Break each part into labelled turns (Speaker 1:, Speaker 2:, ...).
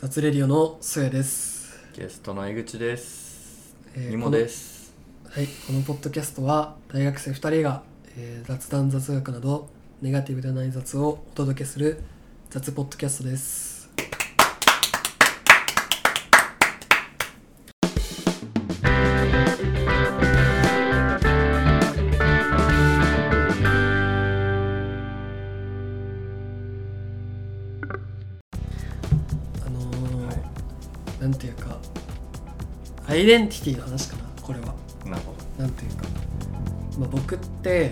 Speaker 1: 雑レディオのソヤです、
Speaker 2: ゲストの江口です。
Speaker 1: えー
Speaker 2: ニモです。
Speaker 1: このはいこのポッドキャストは大学生2人が、えー雑談雑学などネガティブでない雑をお届けする雑ポッドキャストですあのー
Speaker 2: は。
Speaker 1: なんていうかアイデンティティの話かなこれはい
Speaker 2: なるほど。
Speaker 1: なんていうか、まあ、僕って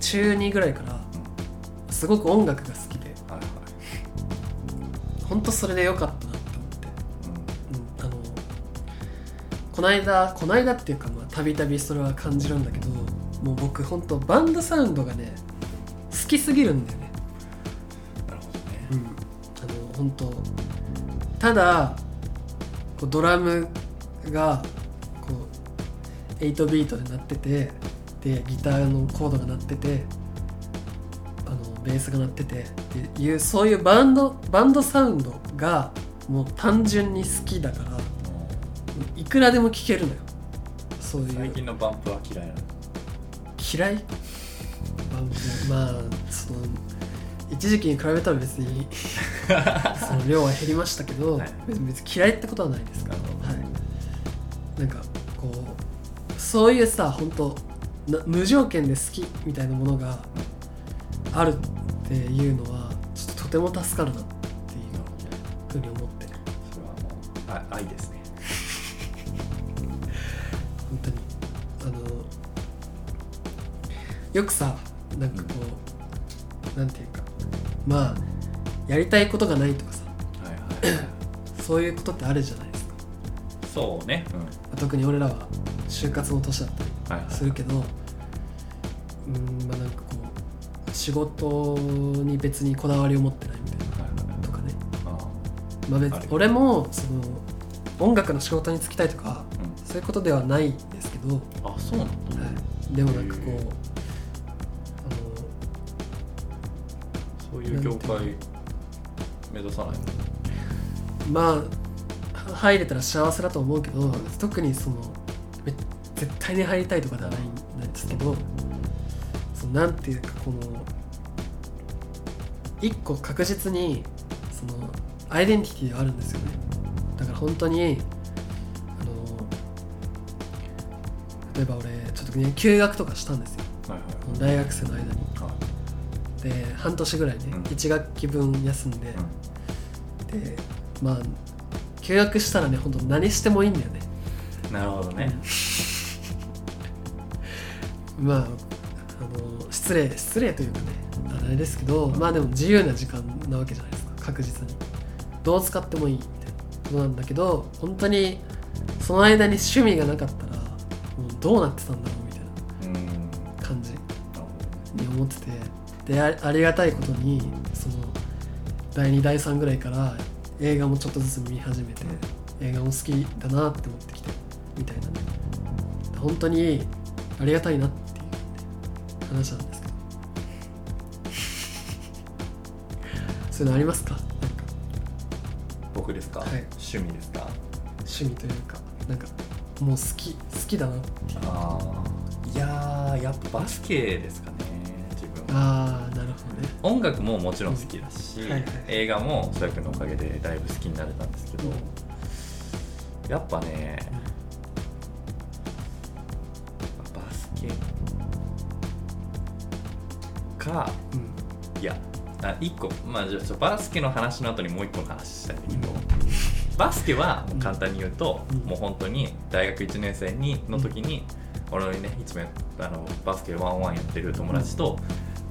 Speaker 1: 中2ぐらいからすごく音楽が好きで
Speaker 2: はいはい。
Speaker 1: 本当それで良かったなって思って、うん、あのこの間この間っていうかまあたびたびそれは感じるんだけどもう僕本当バンドサウンドがね好きすぎるんだよね
Speaker 2: うん。なるほ
Speaker 1: う
Speaker 2: どね。
Speaker 1: ん、あの本当ただこうドラムがこう8ビートで鳴っててでギターのコードが鳴っててあのベースが鳴っててっていうそういうバンドバンドサウンドがもう単純に好きだからいくらでも聴けるのよそう
Speaker 2: うん
Speaker 1: い
Speaker 2: 最
Speaker 1: う
Speaker 2: 近のバンプは嫌いなの。
Speaker 1: 嫌いまあまあその一時期に比べたら別 にその量は減りましたけど、
Speaker 2: はい
Speaker 1: 別に別に嫌いってことはないですから、
Speaker 2: なるほど
Speaker 1: はい、なんかこうそういうさ本当な無条件で好きみたいなものがあるっていうのはちょっととても助かるなっていうふうに思って
Speaker 2: それはもうあ愛ですね。
Speaker 1: 本当にあのよくさなんかこう、なんていうかまあやりたいことがないとかさ
Speaker 2: はいは
Speaker 1: そういうことってあるじゃないですか
Speaker 2: い。そうね。うん。
Speaker 1: 特に俺らは就活の年だったり
Speaker 2: はいはい。
Speaker 1: するけどうんまあなんかこう仕事に別にこだわりを持ってないみたいな
Speaker 2: はいはい
Speaker 1: とかね、
Speaker 2: あ
Speaker 1: まあ、別
Speaker 2: あ
Speaker 1: に
Speaker 2: る
Speaker 1: 俺もその音楽の仕事に就きたいとか
Speaker 2: ーうん
Speaker 1: そういうことではないんですけど、
Speaker 2: あ、そうなの。
Speaker 1: はい、でもなんかこう
Speaker 2: へー
Speaker 1: あ
Speaker 2: そういう業界目指さないの。
Speaker 1: のまあは入れたら幸せだと思うけど特にそのめ絶対に入りたいとかではないんですけどそのなんていうかこの一個確実にそのアイデンティティがあるんですよねだから本当にあの例えば俺ちょっとね休学とかしたんですよ
Speaker 2: はいは
Speaker 1: 大
Speaker 2: い。
Speaker 1: 学生の間に
Speaker 2: は
Speaker 1: で半年ぐらいね、
Speaker 2: うん
Speaker 1: 1学期分休んで、
Speaker 2: い。うん。
Speaker 1: でまあ休学したらね本当何してもいいんだよね
Speaker 2: なるほどね。
Speaker 1: まああの失礼失礼というかねあれですけどまあでも自由な時間なわけじゃないですか確実にどう使ってもいいみたいなことなんだけど本当にその間に趣味がなかったらもうどうなってたんだろうみたい
Speaker 2: うん。なる
Speaker 1: な感じ
Speaker 2: ほ
Speaker 1: に思っててであありがたいことにその第2第3ぐらいから映画もちょっとずつ見始めて映画も好きだなって思ってきてみたいなね本当にありがたいなっていう、ね、話なんですけど そういうのありますかなんか
Speaker 2: どね。僕ですか。
Speaker 1: はい
Speaker 2: 趣味ですか。
Speaker 1: 趣味というかなんかもう好き好きだな
Speaker 2: ああ。いやー、やっぱバスケですかね。自分は。
Speaker 1: ああなるほどね
Speaker 2: 音楽ももちろん好きだし、
Speaker 1: はいはい
Speaker 2: 映画もそやくんのおかげでだいぶ好きになれたんですけど、やっぱねバスケか
Speaker 1: うん
Speaker 2: いやあ一個まあじゃあちょバスケの話の後にもう一個の話したいんだけど、バスケはもう簡単に言うと、
Speaker 1: うん
Speaker 2: もう本当に大学1年生にの時に、俺のねいつもやあのバスケワンワンやってる友達と、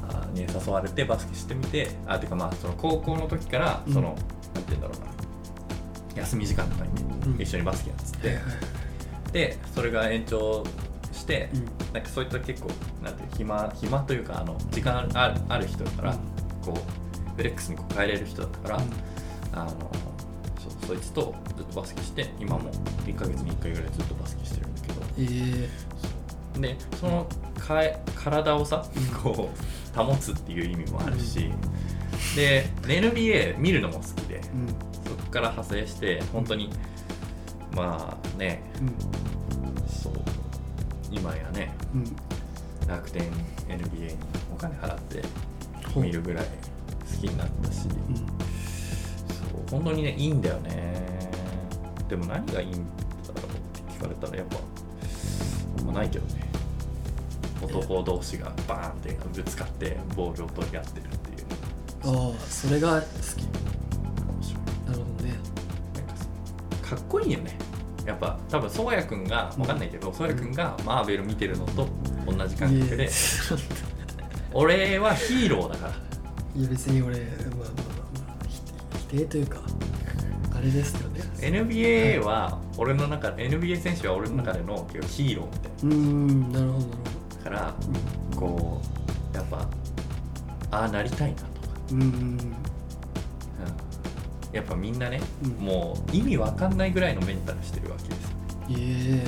Speaker 2: あに誘われてバスケしてみてあていうかまあその高校の時から
Speaker 1: うん
Speaker 2: その、なんて言うんだろうな休み時間とかにね、
Speaker 1: うん
Speaker 2: 一緒にバスケやっつって、
Speaker 1: はいはい
Speaker 2: でそれが延長して、
Speaker 1: うん
Speaker 2: なんかそういった結構なんていう暇暇というかあの時間あるある人だから、
Speaker 1: うん
Speaker 2: こうフレックスにこう帰れる人だったから、
Speaker 1: うん
Speaker 2: あのそそいつとずっとバスケして今も1ヶ月に1回ぐらいずっとバスケしてるんだけど
Speaker 1: ええ
Speaker 2: そうでそのかえ体をさ
Speaker 1: うん
Speaker 2: こう保つっていう意味もあるし、で NBA 見るのも好きで
Speaker 1: うん
Speaker 2: そこから派生して本当にまあねそう今やね
Speaker 1: うんうん
Speaker 2: 楽天 NBA にお金払って
Speaker 1: ほう
Speaker 2: 見るぐらい好きになったし、そう本当にねいいんだよねでも何がいいんだろうって聞かれたらやっぱ、まあ、ないけどね男同士がバーンってぶつかってボールを取り合ってるってい
Speaker 1: あ
Speaker 2: う
Speaker 1: あそれが好き
Speaker 2: 面白い
Speaker 1: なるほどね
Speaker 2: なんかさかっこいいよねやっぱ多分宗谷君がわかんないけど宗谷君がマーベル見てるのと同じ感覚
Speaker 1: い
Speaker 2: で
Speaker 1: やちょっと
Speaker 2: 俺はヒーローだから
Speaker 1: いや別に俺まあまあまあ否定否定というかあれですよね
Speaker 2: NBA は俺の中 NBA 選手は俺の中での結構ヒーローみたい
Speaker 1: ー
Speaker 2: う
Speaker 1: んなるほどなる
Speaker 2: なから
Speaker 1: ほど
Speaker 2: こうやっぱああなりたいなとか、
Speaker 1: うんうん
Speaker 2: うん、やっぱみんなね、
Speaker 1: うん
Speaker 2: もう意味わかんないぐらいのメンタルしてるわけです
Speaker 1: え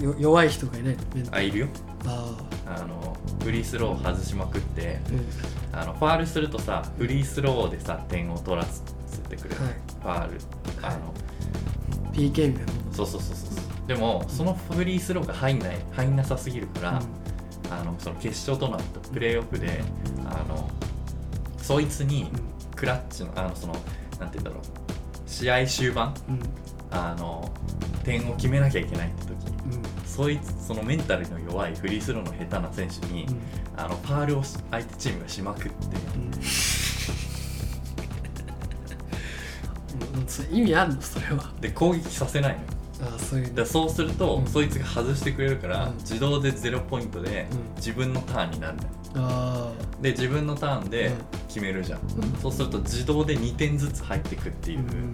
Speaker 1: えよ弱い人がいないのメンタル
Speaker 2: あいるよ
Speaker 1: ああ
Speaker 2: あのフリースロー外しまくって
Speaker 1: うん
Speaker 2: あのファールするとさフリースローでさ点を取らせてくれる、
Speaker 1: は
Speaker 2: ファールあの
Speaker 1: PK みたいなもの
Speaker 2: そうそうそうそうそうでもそのフリースローが入んない入んなさすぎるから、あのその決勝トーナメントプレーオフであのそいつにクラッチのあのそのなんて言うんだろう試合終盤
Speaker 1: うんうん
Speaker 2: あの点を決めなきゃいけないって時
Speaker 1: うん
Speaker 2: そいつそのメンタルの弱いフリースローの下手な選手に、
Speaker 1: うん
Speaker 2: あのファールをし相手チームがしまくって
Speaker 1: うんそれ意味あんのそれは
Speaker 2: で攻撃させないのよ
Speaker 1: ああそういう
Speaker 2: でそうすると、
Speaker 1: うん
Speaker 2: そいつが外してくれるから、
Speaker 1: うん
Speaker 2: 自動で0ポイントで、
Speaker 1: うん
Speaker 2: 自分のターンになるのよ
Speaker 1: あ
Speaker 2: で自分のターンで
Speaker 1: うん
Speaker 2: 決めるじゃん、
Speaker 1: うん
Speaker 2: そうすると自動で2点ずつ入ってくって
Speaker 1: あ
Speaker 2: いうう、
Speaker 1: ん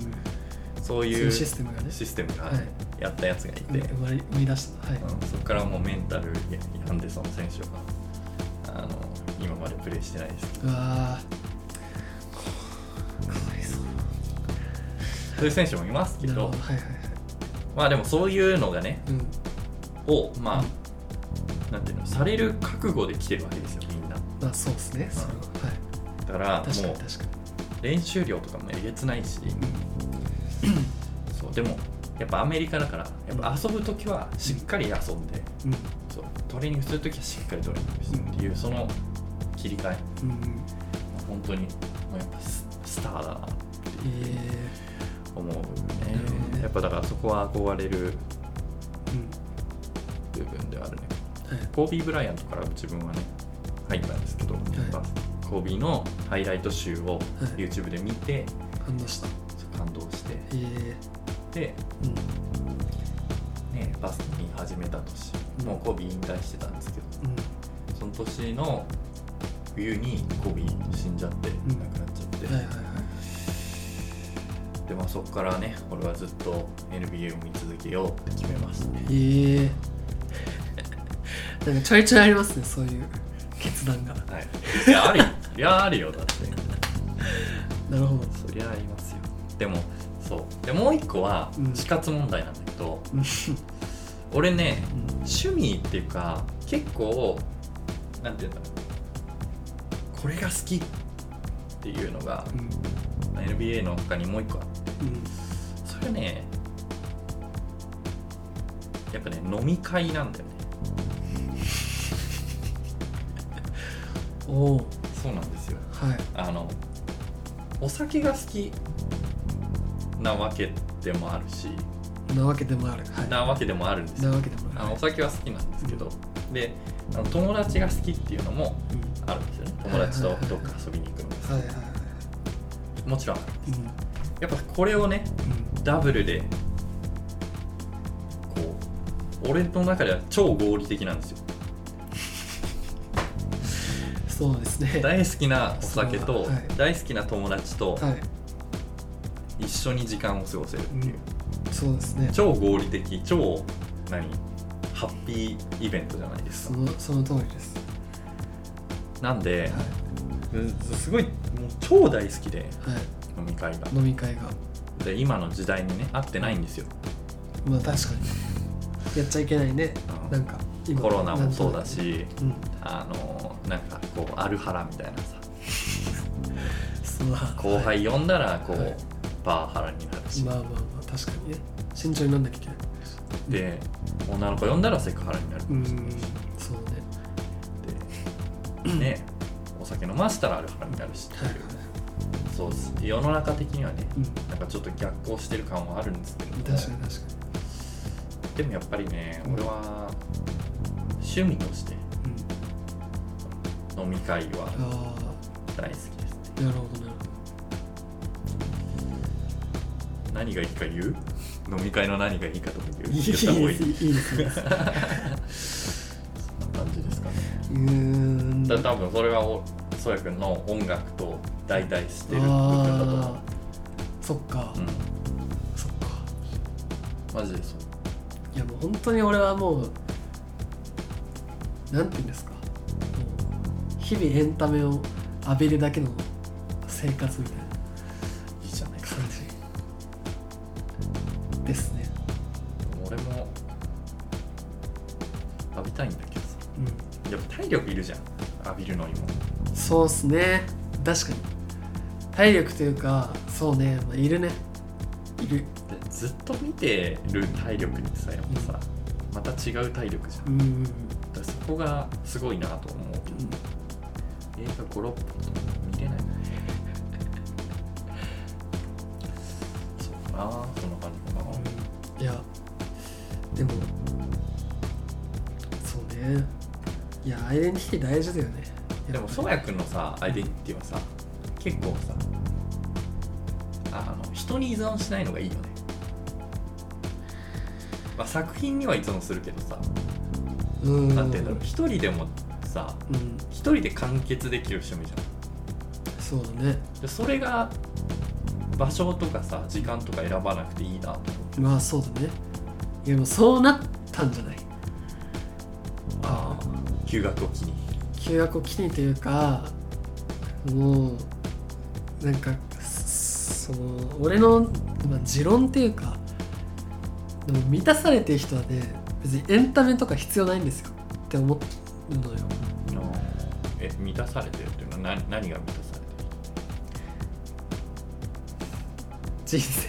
Speaker 2: そう
Speaker 1: そう
Speaker 2: い
Speaker 1: いう
Speaker 2: う
Speaker 1: シ
Speaker 2: シ
Speaker 1: ステムがね
Speaker 2: ステムが
Speaker 1: はい
Speaker 2: やったやつがいて、
Speaker 1: うん生まれ生み出したはい
Speaker 2: うんそこからもうメンタル病んでその選手があの今までプレーしてないですけど
Speaker 1: うわーかわいそう
Speaker 2: そういう選手もいますけ
Speaker 1: なる
Speaker 2: ど
Speaker 1: ほどはいはいはい
Speaker 2: まあでもそういうのがね
Speaker 1: うん
Speaker 2: をまあ、なんていうのされる覚悟で来てるわけですよみんな
Speaker 1: まあそうですねそれははい
Speaker 2: だから
Speaker 1: 確か
Speaker 2: も
Speaker 1: に
Speaker 2: う
Speaker 1: 確かに
Speaker 2: 練習量とかもえげつないしそうでもやっぱアメリカだからやっぱ遊ぶ時はしっかり遊んで、
Speaker 1: うん
Speaker 2: そうトレーニングする時はしっかりトレーニングするっていう、その切り替え
Speaker 1: うんうん
Speaker 2: 本当にもうやっぱススターだなって
Speaker 1: え
Speaker 2: 思う
Speaker 1: な
Speaker 2: ね
Speaker 1: るほどね
Speaker 2: やっぱだからそこは憧れる
Speaker 1: ーうん
Speaker 2: 部分ではあるね
Speaker 1: はい
Speaker 2: コービー・ブライアントから自分はね入ったんですけど、やっぱコービーのハイライト集を YouTube で見て、
Speaker 1: 反応した
Speaker 2: 感動して
Speaker 1: えー
Speaker 2: で、
Speaker 1: うん
Speaker 2: ね、バスに始めた年もうコービー引退してたんですけど
Speaker 1: う
Speaker 2: その年の冬にコービー死んじゃって
Speaker 1: う
Speaker 2: 亡
Speaker 1: ん
Speaker 2: くなっちゃって、
Speaker 1: んはいはいはい
Speaker 2: でまあ、そこからね俺はずっと NBA を見続けようって決めましたね
Speaker 1: ええー、 なんかちょいちょいありますねそういう決断が
Speaker 2: はいいやあるよいやあるよだって
Speaker 1: なるほど
Speaker 2: そりゃありますよでもそうでもう一個は
Speaker 1: うん
Speaker 2: 死活問題なんだけど、
Speaker 1: うん
Speaker 2: 俺ね趣味っていうか結構なんて言うんだろうこれが好きっていうのが
Speaker 1: うん
Speaker 2: NBA の他にもう一個あって
Speaker 1: うん
Speaker 2: それねやっぱね飲み会なんだよね
Speaker 1: おお
Speaker 2: そうなんですよ
Speaker 1: はい
Speaker 2: あのお酒が好きなわけでもあるし、
Speaker 1: なわけでもあるはい
Speaker 2: なわけでもあるんです
Speaker 1: な
Speaker 2: よ
Speaker 1: わけでも
Speaker 2: あ
Speaker 1: あ
Speaker 2: の
Speaker 1: る
Speaker 2: お酒は好きなんですけどであの友達が好きっていうのもあるんですよね友達とどっか遊びに行くのが
Speaker 1: はいはいはいはい
Speaker 2: もちろんある
Speaker 1: うん
Speaker 2: やっぱこれをねダブルでこう俺の中では超合理的なんですよ
Speaker 1: うんそうですね
Speaker 2: 大好きなお酒と
Speaker 1: そうだはい
Speaker 2: 大好きな友達と
Speaker 1: はい
Speaker 2: 一緒に時間を過ごせるっていう
Speaker 1: そうですね
Speaker 2: 超合理的超何ハッピーイベントじゃないです
Speaker 1: そ
Speaker 2: か
Speaker 1: のその通りです
Speaker 2: なんで
Speaker 1: は
Speaker 2: うんすごいもう超大好きで
Speaker 1: いはい
Speaker 2: 飲み会が
Speaker 1: 飲み会が
Speaker 2: で今の時代にね合ってないんですよ
Speaker 1: まあ確かにやっちゃいけないね
Speaker 2: うん
Speaker 1: なんか今
Speaker 2: コロナもそうだし
Speaker 1: うん
Speaker 2: あのなんかこうアルハラみたいなさ
Speaker 1: ですまあ
Speaker 2: 後輩呼んだらこう、
Speaker 1: はい
Speaker 2: パワハラになるし、
Speaker 1: まあまあまあ確かにね慎重になんなきゃいけない
Speaker 2: で女の子呼んだらセクハラになるか
Speaker 1: う
Speaker 2: もしれなんいし
Speaker 1: そうね
Speaker 2: でねお酒飲ませたらアルハラになるしって
Speaker 1: はい
Speaker 2: いうそうです世の中的にはね
Speaker 1: うん
Speaker 2: なんかちょっと逆行してる感はあるんですけど
Speaker 1: 確かに確か
Speaker 2: でもやっぱりね
Speaker 1: うん
Speaker 2: 俺は趣味として
Speaker 1: に、
Speaker 2: 飲み会
Speaker 1: うん、
Speaker 2: は
Speaker 1: あ
Speaker 2: 大好きですね
Speaker 1: あなるほどなるほ
Speaker 2: 何がいいか言う飲み会の何がいいかとか
Speaker 1: ど
Speaker 2: 言う
Speaker 1: いい
Speaker 2: 言
Speaker 1: で
Speaker 2: っ
Speaker 1: す
Speaker 2: た方が
Speaker 1: い
Speaker 2: い
Speaker 1: い
Speaker 2: い
Speaker 1: ですいいですう
Speaker 2: そんな感じですかね
Speaker 1: ーん
Speaker 2: だ多分それはおそうやくんの音楽と代替してる部分だと思
Speaker 1: あーそっか、
Speaker 2: う、うん、
Speaker 1: そっか
Speaker 2: マジでそう
Speaker 1: いやもう本当に俺はもうなんて言うんですかもう日々エンタメを浴びるだけの生活みたいない
Speaker 2: いじゃないか
Speaker 1: 感じですね
Speaker 2: 俺も浴びたいんだけどさ
Speaker 1: う
Speaker 2: やっぱ体力いるじゃん浴びるのにも
Speaker 1: んそうっすね確かに体力というかそうね、まあ、いるねいる
Speaker 2: でずっと見てる体力にさやっぱさまた違う体力じゃ
Speaker 1: う
Speaker 2: ん
Speaker 1: んうん
Speaker 2: だからそこがすごいなと思うけど映画56本見れないもんねそうかなそんな感じかな、
Speaker 1: いやでもそうねいやアイデンティティ大事だよね
Speaker 2: でも
Speaker 1: そ
Speaker 2: そううやくんのさアイデンティティはさ結構さあの人に依存しないのがいいよね、まあ、作品には依存するけどさ
Speaker 1: うん
Speaker 2: 何て言うんだろう一人でもさ
Speaker 1: うん
Speaker 2: 一人で完結できる趣味じゃ
Speaker 1: そうだね
Speaker 2: んでそれが場所とかさ時間とか選ばなくていいなと思う
Speaker 1: まあそうだねいやもうそうなったんじゃない
Speaker 2: ああ休学を機に
Speaker 1: 休学を機にというかもうなんかその俺の、まあ、持論っていうかでも満たされてる人はね別にエンタメとか必要ないんですよって思うのよ
Speaker 2: え満たされてるっていうのは何何が満たされてる
Speaker 1: 人生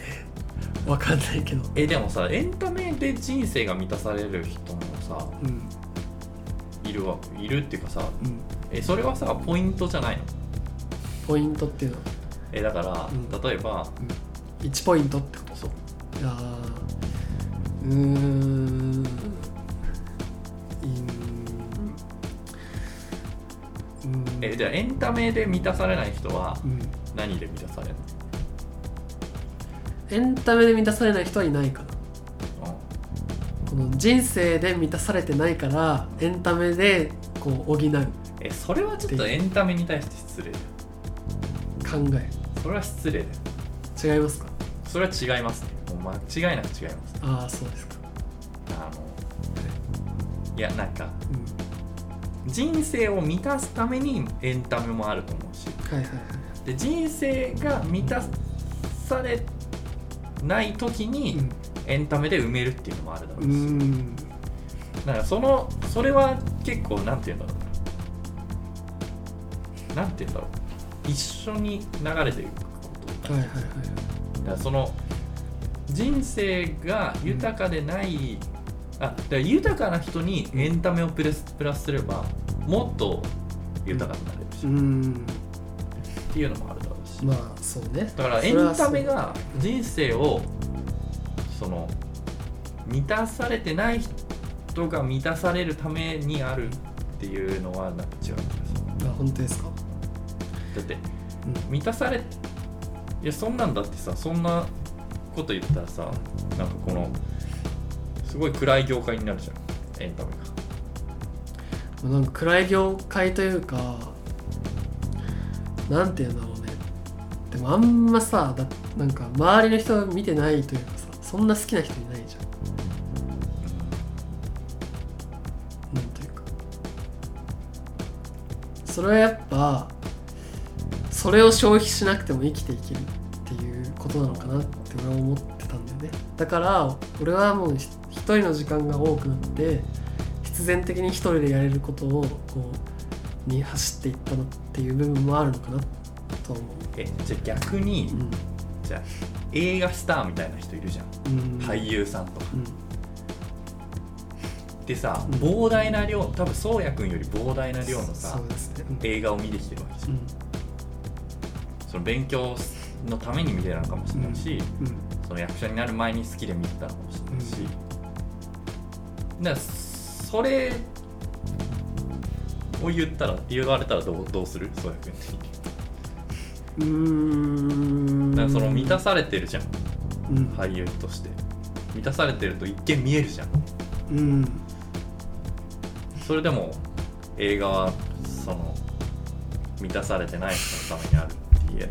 Speaker 1: わかんないけど
Speaker 2: えでもさエンタメで人生が満たされる人もさ
Speaker 1: うん
Speaker 2: いるわいるっていうかさ
Speaker 1: うん
Speaker 2: えそれはさポイントじゃないの
Speaker 1: ポイントっていうのは
Speaker 2: えだから、
Speaker 1: うん
Speaker 2: 例えば
Speaker 1: 1ポイントってこ
Speaker 2: そう
Speaker 1: とあーうーんうーんうーん
Speaker 2: えじゃあエンタメで満たされない人は
Speaker 1: うん
Speaker 2: 何で満たされる
Speaker 1: エンタメで満たされない人はいないかな
Speaker 2: の、
Speaker 1: この人生で満たされてないからエンタメでこう補う考
Speaker 2: うん、えそれはちょっとエンタメに対して失礼だよ
Speaker 1: え
Speaker 2: それは失礼だよ
Speaker 1: 違いますか
Speaker 2: それは違いますねもう間違いなく違います
Speaker 1: ああそうですか
Speaker 2: あのいやなんか人生を満たすためにエンタメもあると思うし
Speaker 1: うんはいはいはい
Speaker 2: で人生が満たされない時にエンタメで埋めるっていうのもあるだろう
Speaker 1: う
Speaker 2: し、
Speaker 1: んうん
Speaker 2: だからそのそれは結構なんて言うんだろうなんて言うんだろう一緒に流れていくこと
Speaker 1: はいはいはい
Speaker 2: だからその人生が豊かでない、あだから豊かな人にエンタメをプレスプラスすればもっと豊かになれるし、
Speaker 1: う
Speaker 2: っ
Speaker 1: ん
Speaker 2: ていうのもあるだろうし、
Speaker 1: まあそうね
Speaker 2: だからエンタメが人生をその満たされてない人が満たされるためにあるっていうのはなんか違う気が
Speaker 1: あ本当ですか
Speaker 2: するだって
Speaker 1: うん
Speaker 2: 満たされいやそんなんだってさそんなこと言ったらさなんかこのすごい暗い業界になるじゃんエンタメが
Speaker 1: まあなんか暗い業界というかなんていうんだろうねでもあんまさだなんか周りの人見てないというかさそんな好きな人いないじゃんなんというかそれはやっぱそれを消費しなくても生きていけるっていうことなのかなって俺は思ってたんだよねだから俺はもうひ一人の時間が多くなって必然的に一人でやれることをこうに走っていったのっていう部分もあるのかなとそう思
Speaker 2: えじゃあ逆に、
Speaker 1: ううん
Speaker 2: じゃあ映画スターみたいな人いるじゃん、
Speaker 1: うん
Speaker 2: 俳優さんとか
Speaker 1: うん
Speaker 2: でさ
Speaker 1: うん
Speaker 2: 膨大な量多分宗谷君より膨大な量のさ
Speaker 1: そうですねうん
Speaker 2: 映画を見てきてるわけじゃんその勉強のために見てたのかもしれないし、
Speaker 1: うんうん
Speaker 2: その役者になる前に好きで見てたのかもしれないし、だからそれを言ったら言われたらどうどうする宗谷君的
Speaker 1: う
Speaker 2: に
Speaker 1: ーん
Speaker 2: だからその満たされてるじゃん
Speaker 1: うん
Speaker 2: 俳優として満たされてると一見見えるじゃん
Speaker 1: うん
Speaker 2: それでも映画はその満たされてない人のためにあるって言える、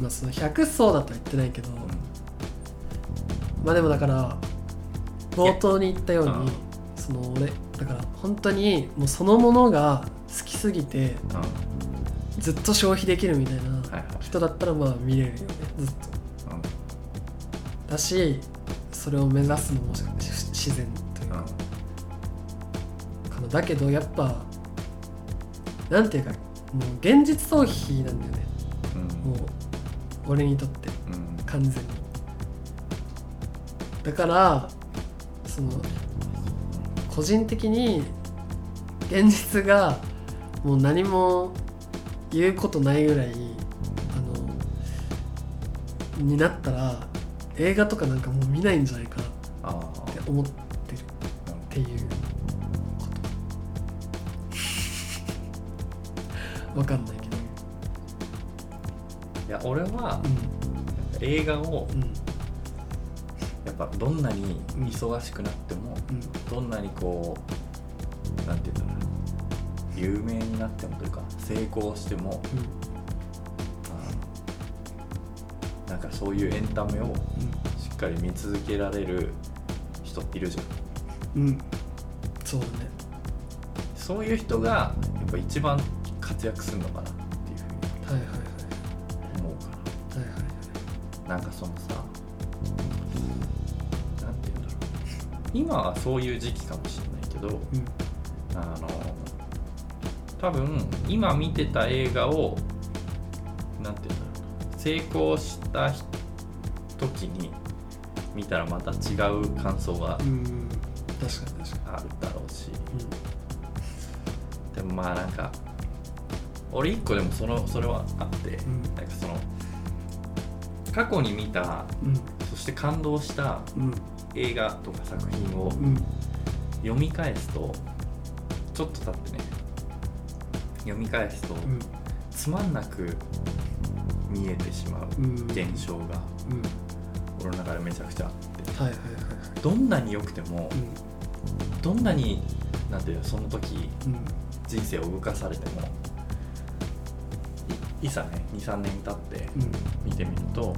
Speaker 1: まあその100層だとは言ってないけどまあでもだから冒頭に言ったよう
Speaker 2: いやう
Speaker 1: に
Speaker 2: ん
Speaker 1: その俺だから本当にもうそのものが好きすぎて
Speaker 2: うんうん
Speaker 1: ずっと消費できるみたい
Speaker 2: はい
Speaker 1: な
Speaker 2: はい
Speaker 1: 人だったらまあ見れるよねずっと
Speaker 2: うん
Speaker 1: だしそれを目指すのもしし自然という
Speaker 2: う
Speaker 1: か
Speaker 2: ん
Speaker 1: かなだけどやっぱなんていうかもう現実逃避なんだよね
Speaker 2: うん
Speaker 1: もう俺にとって
Speaker 2: うん
Speaker 1: 完全にだからその個人的に現実がもう何も言うことないぐらいあのになったら映画とかなんかもう見ないんじゃないかなっ
Speaker 2: あー
Speaker 1: て思ってるっていうことわかんないけど
Speaker 2: いや俺は
Speaker 1: う
Speaker 2: 映画を
Speaker 1: んうん
Speaker 2: やっぱどんなに忙しくなっても
Speaker 1: うん
Speaker 2: どんなにこうなんて言うんだろうな有名になってもというか成功してもあのなんかそういうエンタメをしっかり見続けられる人いるじゃん
Speaker 1: うんうんそうだね
Speaker 2: そういう人がやっぱ一番活躍するのかなっていうふ
Speaker 1: はいはいはいう
Speaker 2: に思うか
Speaker 1: はいはいはい
Speaker 2: らなんかそのさなんて言うんだろう今はそういう時期かもしれないけど
Speaker 1: うん
Speaker 2: あの多分今見てた映画をなんて言うんだろうな成功したひ時に見たらまた違う感想が
Speaker 1: うん確かに確か
Speaker 2: あるだろうし
Speaker 1: に
Speaker 2: でもまあなんか俺一個でもそのそれはあって、
Speaker 1: ん
Speaker 2: なんかその過去に見た
Speaker 1: う
Speaker 2: そして感動した
Speaker 1: んうん
Speaker 2: 映画とか作品
Speaker 1: う
Speaker 2: を
Speaker 1: ん
Speaker 2: 読み返すとちょっと経ってね読み返すとつまんなく見えてしまう
Speaker 1: うんうん
Speaker 2: 現象
Speaker 1: う
Speaker 2: が
Speaker 1: ん
Speaker 2: 俺の中でめちゃくちゃあって
Speaker 1: はいはいはい
Speaker 2: どんなに良くても
Speaker 1: はい
Speaker 2: どんなになんていうのその時
Speaker 1: うん
Speaker 2: 人生を動かされてもいいざね23年経って
Speaker 1: うん
Speaker 2: 見てみると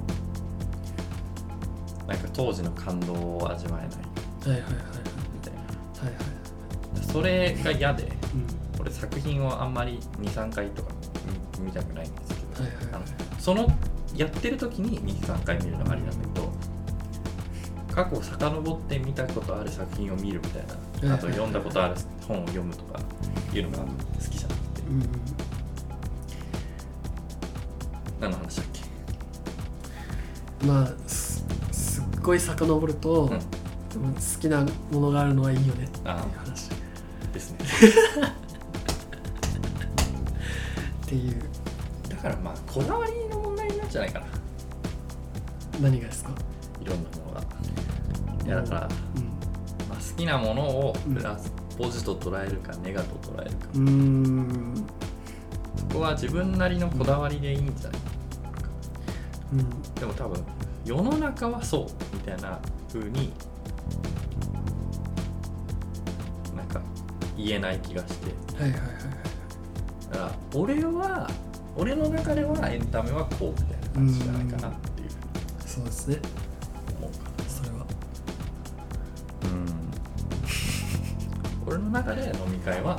Speaker 2: なんか当時の感動を味わえない
Speaker 1: うんはいはいはいはい
Speaker 2: みたいな
Speaker 1: はいはい
Speaker 2: それが嫌で
Speaker 1: うん
Speaker 2: 俺作品をあんまり23回とか見見たくないんですけど、
Speaker 1: はいはいはい
Speaker 2: あのそのやってる時に23回見るのがありなんだけど過去を遡って見たことある作品を見るみたいなあと
Speaker 1: はいはいはい
Speaker 2: 読んだことある本を読むとかいうのが好きじゃなくて
Speaker 1: うん
Speaker 2: 何の話だっけ
Speaker 1: うんまあすすっごい遡ると、
Speaker 2: うん
Speaker 1: でも好きなものがあるのはいいよねっていう
Speaker 2: あー
Speaker 1: 話っ
Speaker 2: ですね
Speaker 1: ていう
Speaker 2: だからまあこだわりの問題になるんじゃないかな
Speaker 1: 何がですか
Speaker 2: いろんなものがいやだから、
Speaker 1: う
Speaker 2: まあ、好きなものを
Speaker 1: うん
Speaker 2: プラスポジと捉えるかネガと捉えるか
Speaker 1: んうん
Speaker 2: そこは自分なりのこだわりでいいんじゃない
Speaker 1: うん
Speaker 2: でも多分世の中はそうみたいな風になんか言えない気がして
Speaker 1: はいはいはいはい
Speaker 2: だから俺は俺の中ではエンタメはこうみたいな感じじゃないかなっていう
Speaker 1: そうですね
Speaker 2: ふうに思うかな
Speaker 1: それは
Speaker 2: うん俺の中で飲み会は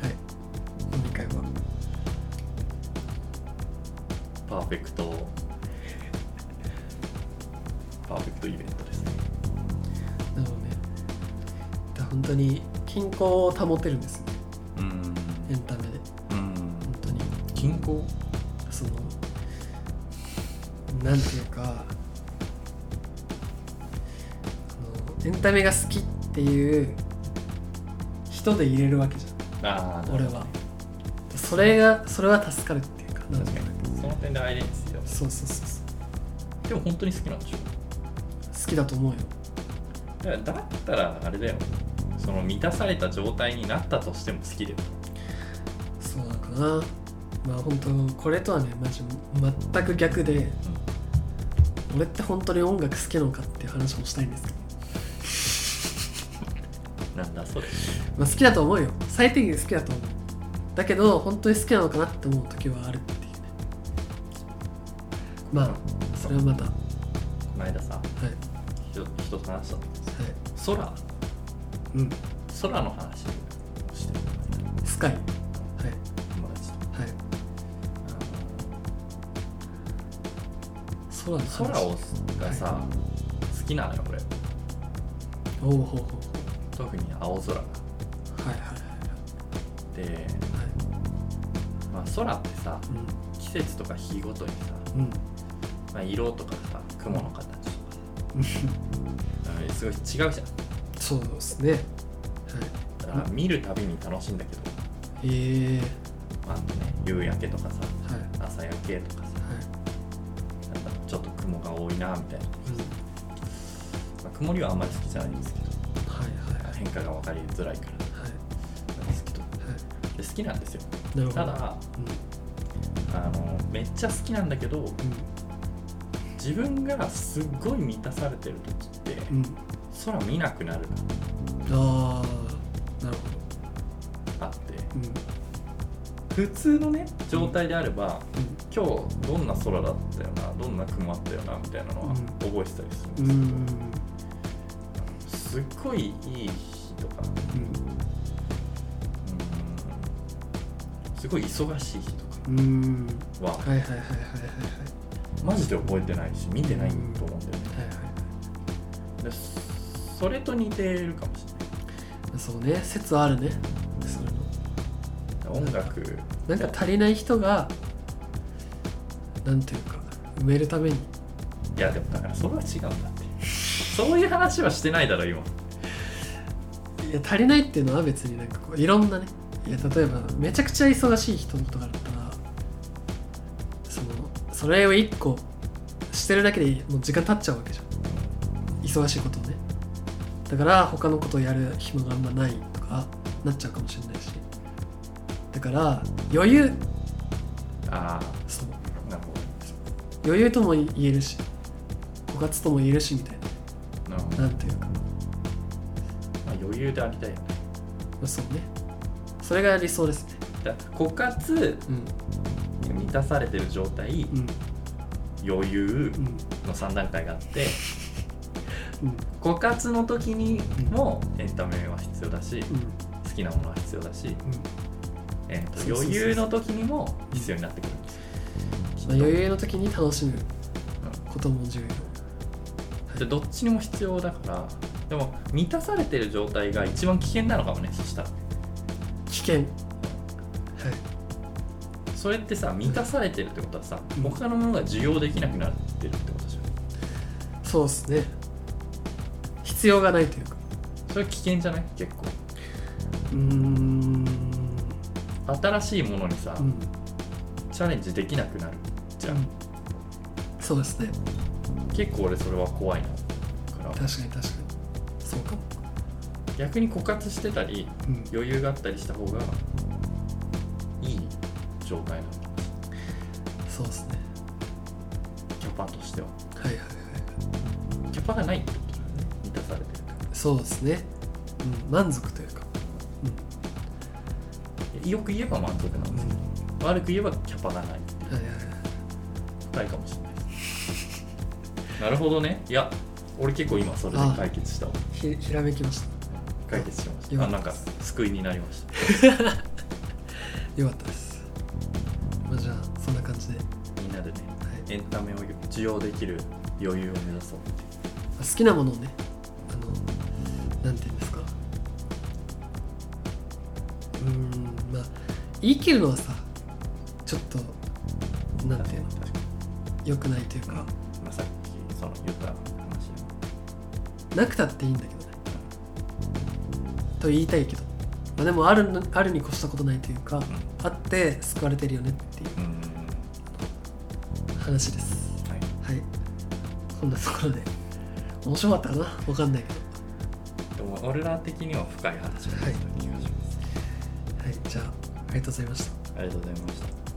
Speaker 1: はい飲み会は
Speaker 2: パーフェクトパーフェクトイベントですね
Speaker 1: なので、だから本当に均衡を保てるんですね
Speaker 2: うん
Speaker 1: エンタメで
Speaker 2: うん
Speaker 1: 本当に
Speaker 2: 均衡
Speaker 1: そのなんていうかあのエンタメが好きっていう人で入れるわけじゃ
Speaker 2: ああ
Speaker 1: ん俺はそれがそれは助かるっていうかなん
Speaker 2: 確
Speaker 1: と
Speaker 2: か
Speaker 1: なく
Speaker 2: にその点でアイデンティティだ
Speaker 1: そうそうそうそう
Speaker 2: でも本当に好きなんでしょ
Speaker 1: 好きだと思うよ
Speaker 2: だからだったらあれだよその満たされた状態になったとしても好きで
Speaker 1: そうなのかなまあ本当これとはねマジ全く逆で、俺って本当に音楽好きなのかっていう話もしたいんですけど、
Speaker 2: なんだそれ
Speaker 1: まあ、好きだと思うよ最低限好きだと思うだけど本当に好きなのかなって思う時はあるっていうねまあそれはまたはい
Speaker 2: この間さ
Speaker 1: は
Speaker 2: 人人と話したの
Speaker 1: い
Speaker 2: 空
Speaker 1: うん
Speaker 2: 空の話をしてる
Speaker 1: スカイはい
Speaker 2: 友達と
Speaker 1: はい空の話
Speaker 2: あの空をがさ、
Speaker 1: は
Speaker 2: 好きなのよ俺
Speaker 1: おうほうほう
Speaker 2: 特に青空が
Speaker 1: はいはいはい
Speaker 2: で、
Speaker 1: はい
Speaker 2: まあ、空ってさ
Speaker 1: うん
Speaker 2: 季節とか日ごとにさ、
Speaker 1: うん
Speaker 2: まあ、色とかさ雲の形とかうんすごい違うじゃん
Speaker 1: そうですねはい
Speaker 2: だから見るたびに楽しいんだけど
Speaker 1: ええ
Speaker 2: あのね夕焼けとかさ
Speaker 1: ー、はい
Speaker 2: 朝焼けとかさ
Speaker 1: はい
Speaker 2: なんかちょっと雲が多いなみたいな、
Speaker 1: うん
Speaker 2: まあ、曇りはあんまり好きじゃないんですけど
Speaker 1: はいはいはい
Speaker 2: 変化が分かりづらいから
Speaker 1: はい
Speaker 2: なんですけど
Speaker 1: は
Speaker 2: で好きなんですよ
Speaker 1: いなるほど
Speaker 2: ただ
Speaker 1: うん
Speaker 2: あのめっちゃ好きなんだけど自分がすっごい満たされてる時って
Speaker 1: うんうん
Speaker 2: 空見なくなる
Speaker 1: ああなるほ
Speaker 2: なあって
Speaker 1: どうん
Speaker 2: 普通のね状態であれば
Speaker 1: うん
Speaker 2: 今日どんな空だったよなどんな雲あったよなみたいなのは
Speaker 1: うん
Speaker 2: 覚えてたりするん
Speaker 1: う
Speaker 2: で
Speaker 1: ー
Speaker 2: すよ、
Speaker 1: ん
Speaker 2: すっごいいい日とかうんすごい忙しい日とか
Speaker 1: うんうーん
Speaker 2: は
Speaker 1: はいはいはいはいはい
Speaker 2: マジで覚えてないし見てないと思うんだよね
Speaker 1: はいはいは
Speaker 2: でそれと似てるかもし
Speaker 1: いそうね説はあるねそれの
Speaker 2: れない音楽
Speaker 1: なんか足りない人がなんていうか埋めるために
Speaker 2: いやでもだからそれは違うんだ ってそういう話はしてないだろ今
Speaker 1: いや足りないっていうのは別になんかこういろんなねいや例えばめちゃくちゃ忙しい人のことがあったらそのそれを一個してるだけでもう時間経っちゃうわけじゃん忙しいことをねだから他のことをやる暇があんまないとかなっちゃうかもしれないしだから余裕
Speaker 2: あ
Speaker 1: そう
Speaker 2: あなるほ
Speaker 1: 余裕とも言えるし枯渇とも言えるしみたい
Speaker 2: どなるほど、
Speaker 1: な
Speaker 2: ま
Speaker 1: なんていうか、ま
Speaker 2: あ、余裕でありたいよね
Speaker 1: あ、そうねそれが理想ですね
Speaker 2: だから枯渇
Speaker 1: うん
Speaker 2: 満たされてる状態
Speaker 1: うん
Speaker 2: 余裕
Speaker 1: うん
Speaker 2: の3段階があって
Speaker 1: うん
Speaker 2: 枯渇の時にもエンタメは必要だし
Speaker 1: うん
Speaker 2: 好きなものは必要だし、
Speaker 1: うん
Speaker 2: えー
Speaker 1: そうそう
Speaker 2: と
Speaker 1: そうそう
Speaker 2: 余裕の時にも必要になってくるんですよきっと
Speaker 1: まあ余裕の時に楽しむことも重要
Speaker 2: でどっちにも必要だからでも満たされてる状態が一番危険なのかもねそしたら
Speaker 1: 危険はい
Speaker 2: それってさ満たされてるってことはさ、
Speaker 1: うん
Speaker 2: 他のものが需要できなくなってるってことでしょ
Speaker 1: そうですね必要がないというか
Speaker 2: それ危険じゃない結
Speaker 1: うーん
Speaker 2: 構新しいものにさ、
Speaker 1: うん
Speaker 2: チャレンジできなくなるじゃん、
Speaker 1: うんそうですね
Speaker 2: 結構俺それは怖いなから
Speaker 1: 確かに確かにそうかも、
Speaker 2: 逆に枯渇してたり
Speaker 1: うん、
Speaker 2: 余裕があったりした方がいい状態なの
Speaker 1: そうですね
Speaker 2: キャパとしては
Speaker 1: はいはいはい
Speaker 2: キャパがないってことだよね満たされてるから
Speaker 1: そうですね、うん、満足というか、
Speaker 2: いやよく言えば満足なんですけど悪く言えばキャパがないっていう
Speaker 1: はいはいはい
Speaker 2: 答えかもしれないですなるほどねいや俺結構今それで解決したわ
Speaker 1: ひひらめきまし
Speaker 2: 解決しまし
Speaker 1: よ
Speaker 2: た
Speaker 1: か
Speaker 2: あ
Speaker 1: った
Speaker 2: なんか救いになりました
Speaker 1: たよかったです、まあ、じゃあそんな感じで、は
Speaker 2: みんなでね
Speaker 1: い
Speaker 2: エンタメを需要できる余裕を目指そうっていう
Speaker 1: 好きなものをねあのなんて言うんですかうーんまあ言い切るのはさちょっとなんていうの
Speaker 2: 確かに
Speaker 1: 良くないという
Speaker 2: ま
Speaker 1: か
Speaker 2: あまあ、さっきその言った話
Speaker 1: なくたっていいんだけどねと言いたいけど、まあ、でもあるのあるに越したことないというかあって救われてるよねってい
Speaker 2: うん、うん
Speaker 1: う話です
Speaker 2: は
Speaker 1: は
Speaker 2: い、
Speaker 1: いこんなところで面白かったかなわかんないけど
Speaker 2: でも俺ら的には深い話だった気がします、
Speaker 1: はいじゃあありがとうございました
Speaker 2: ありがとうございました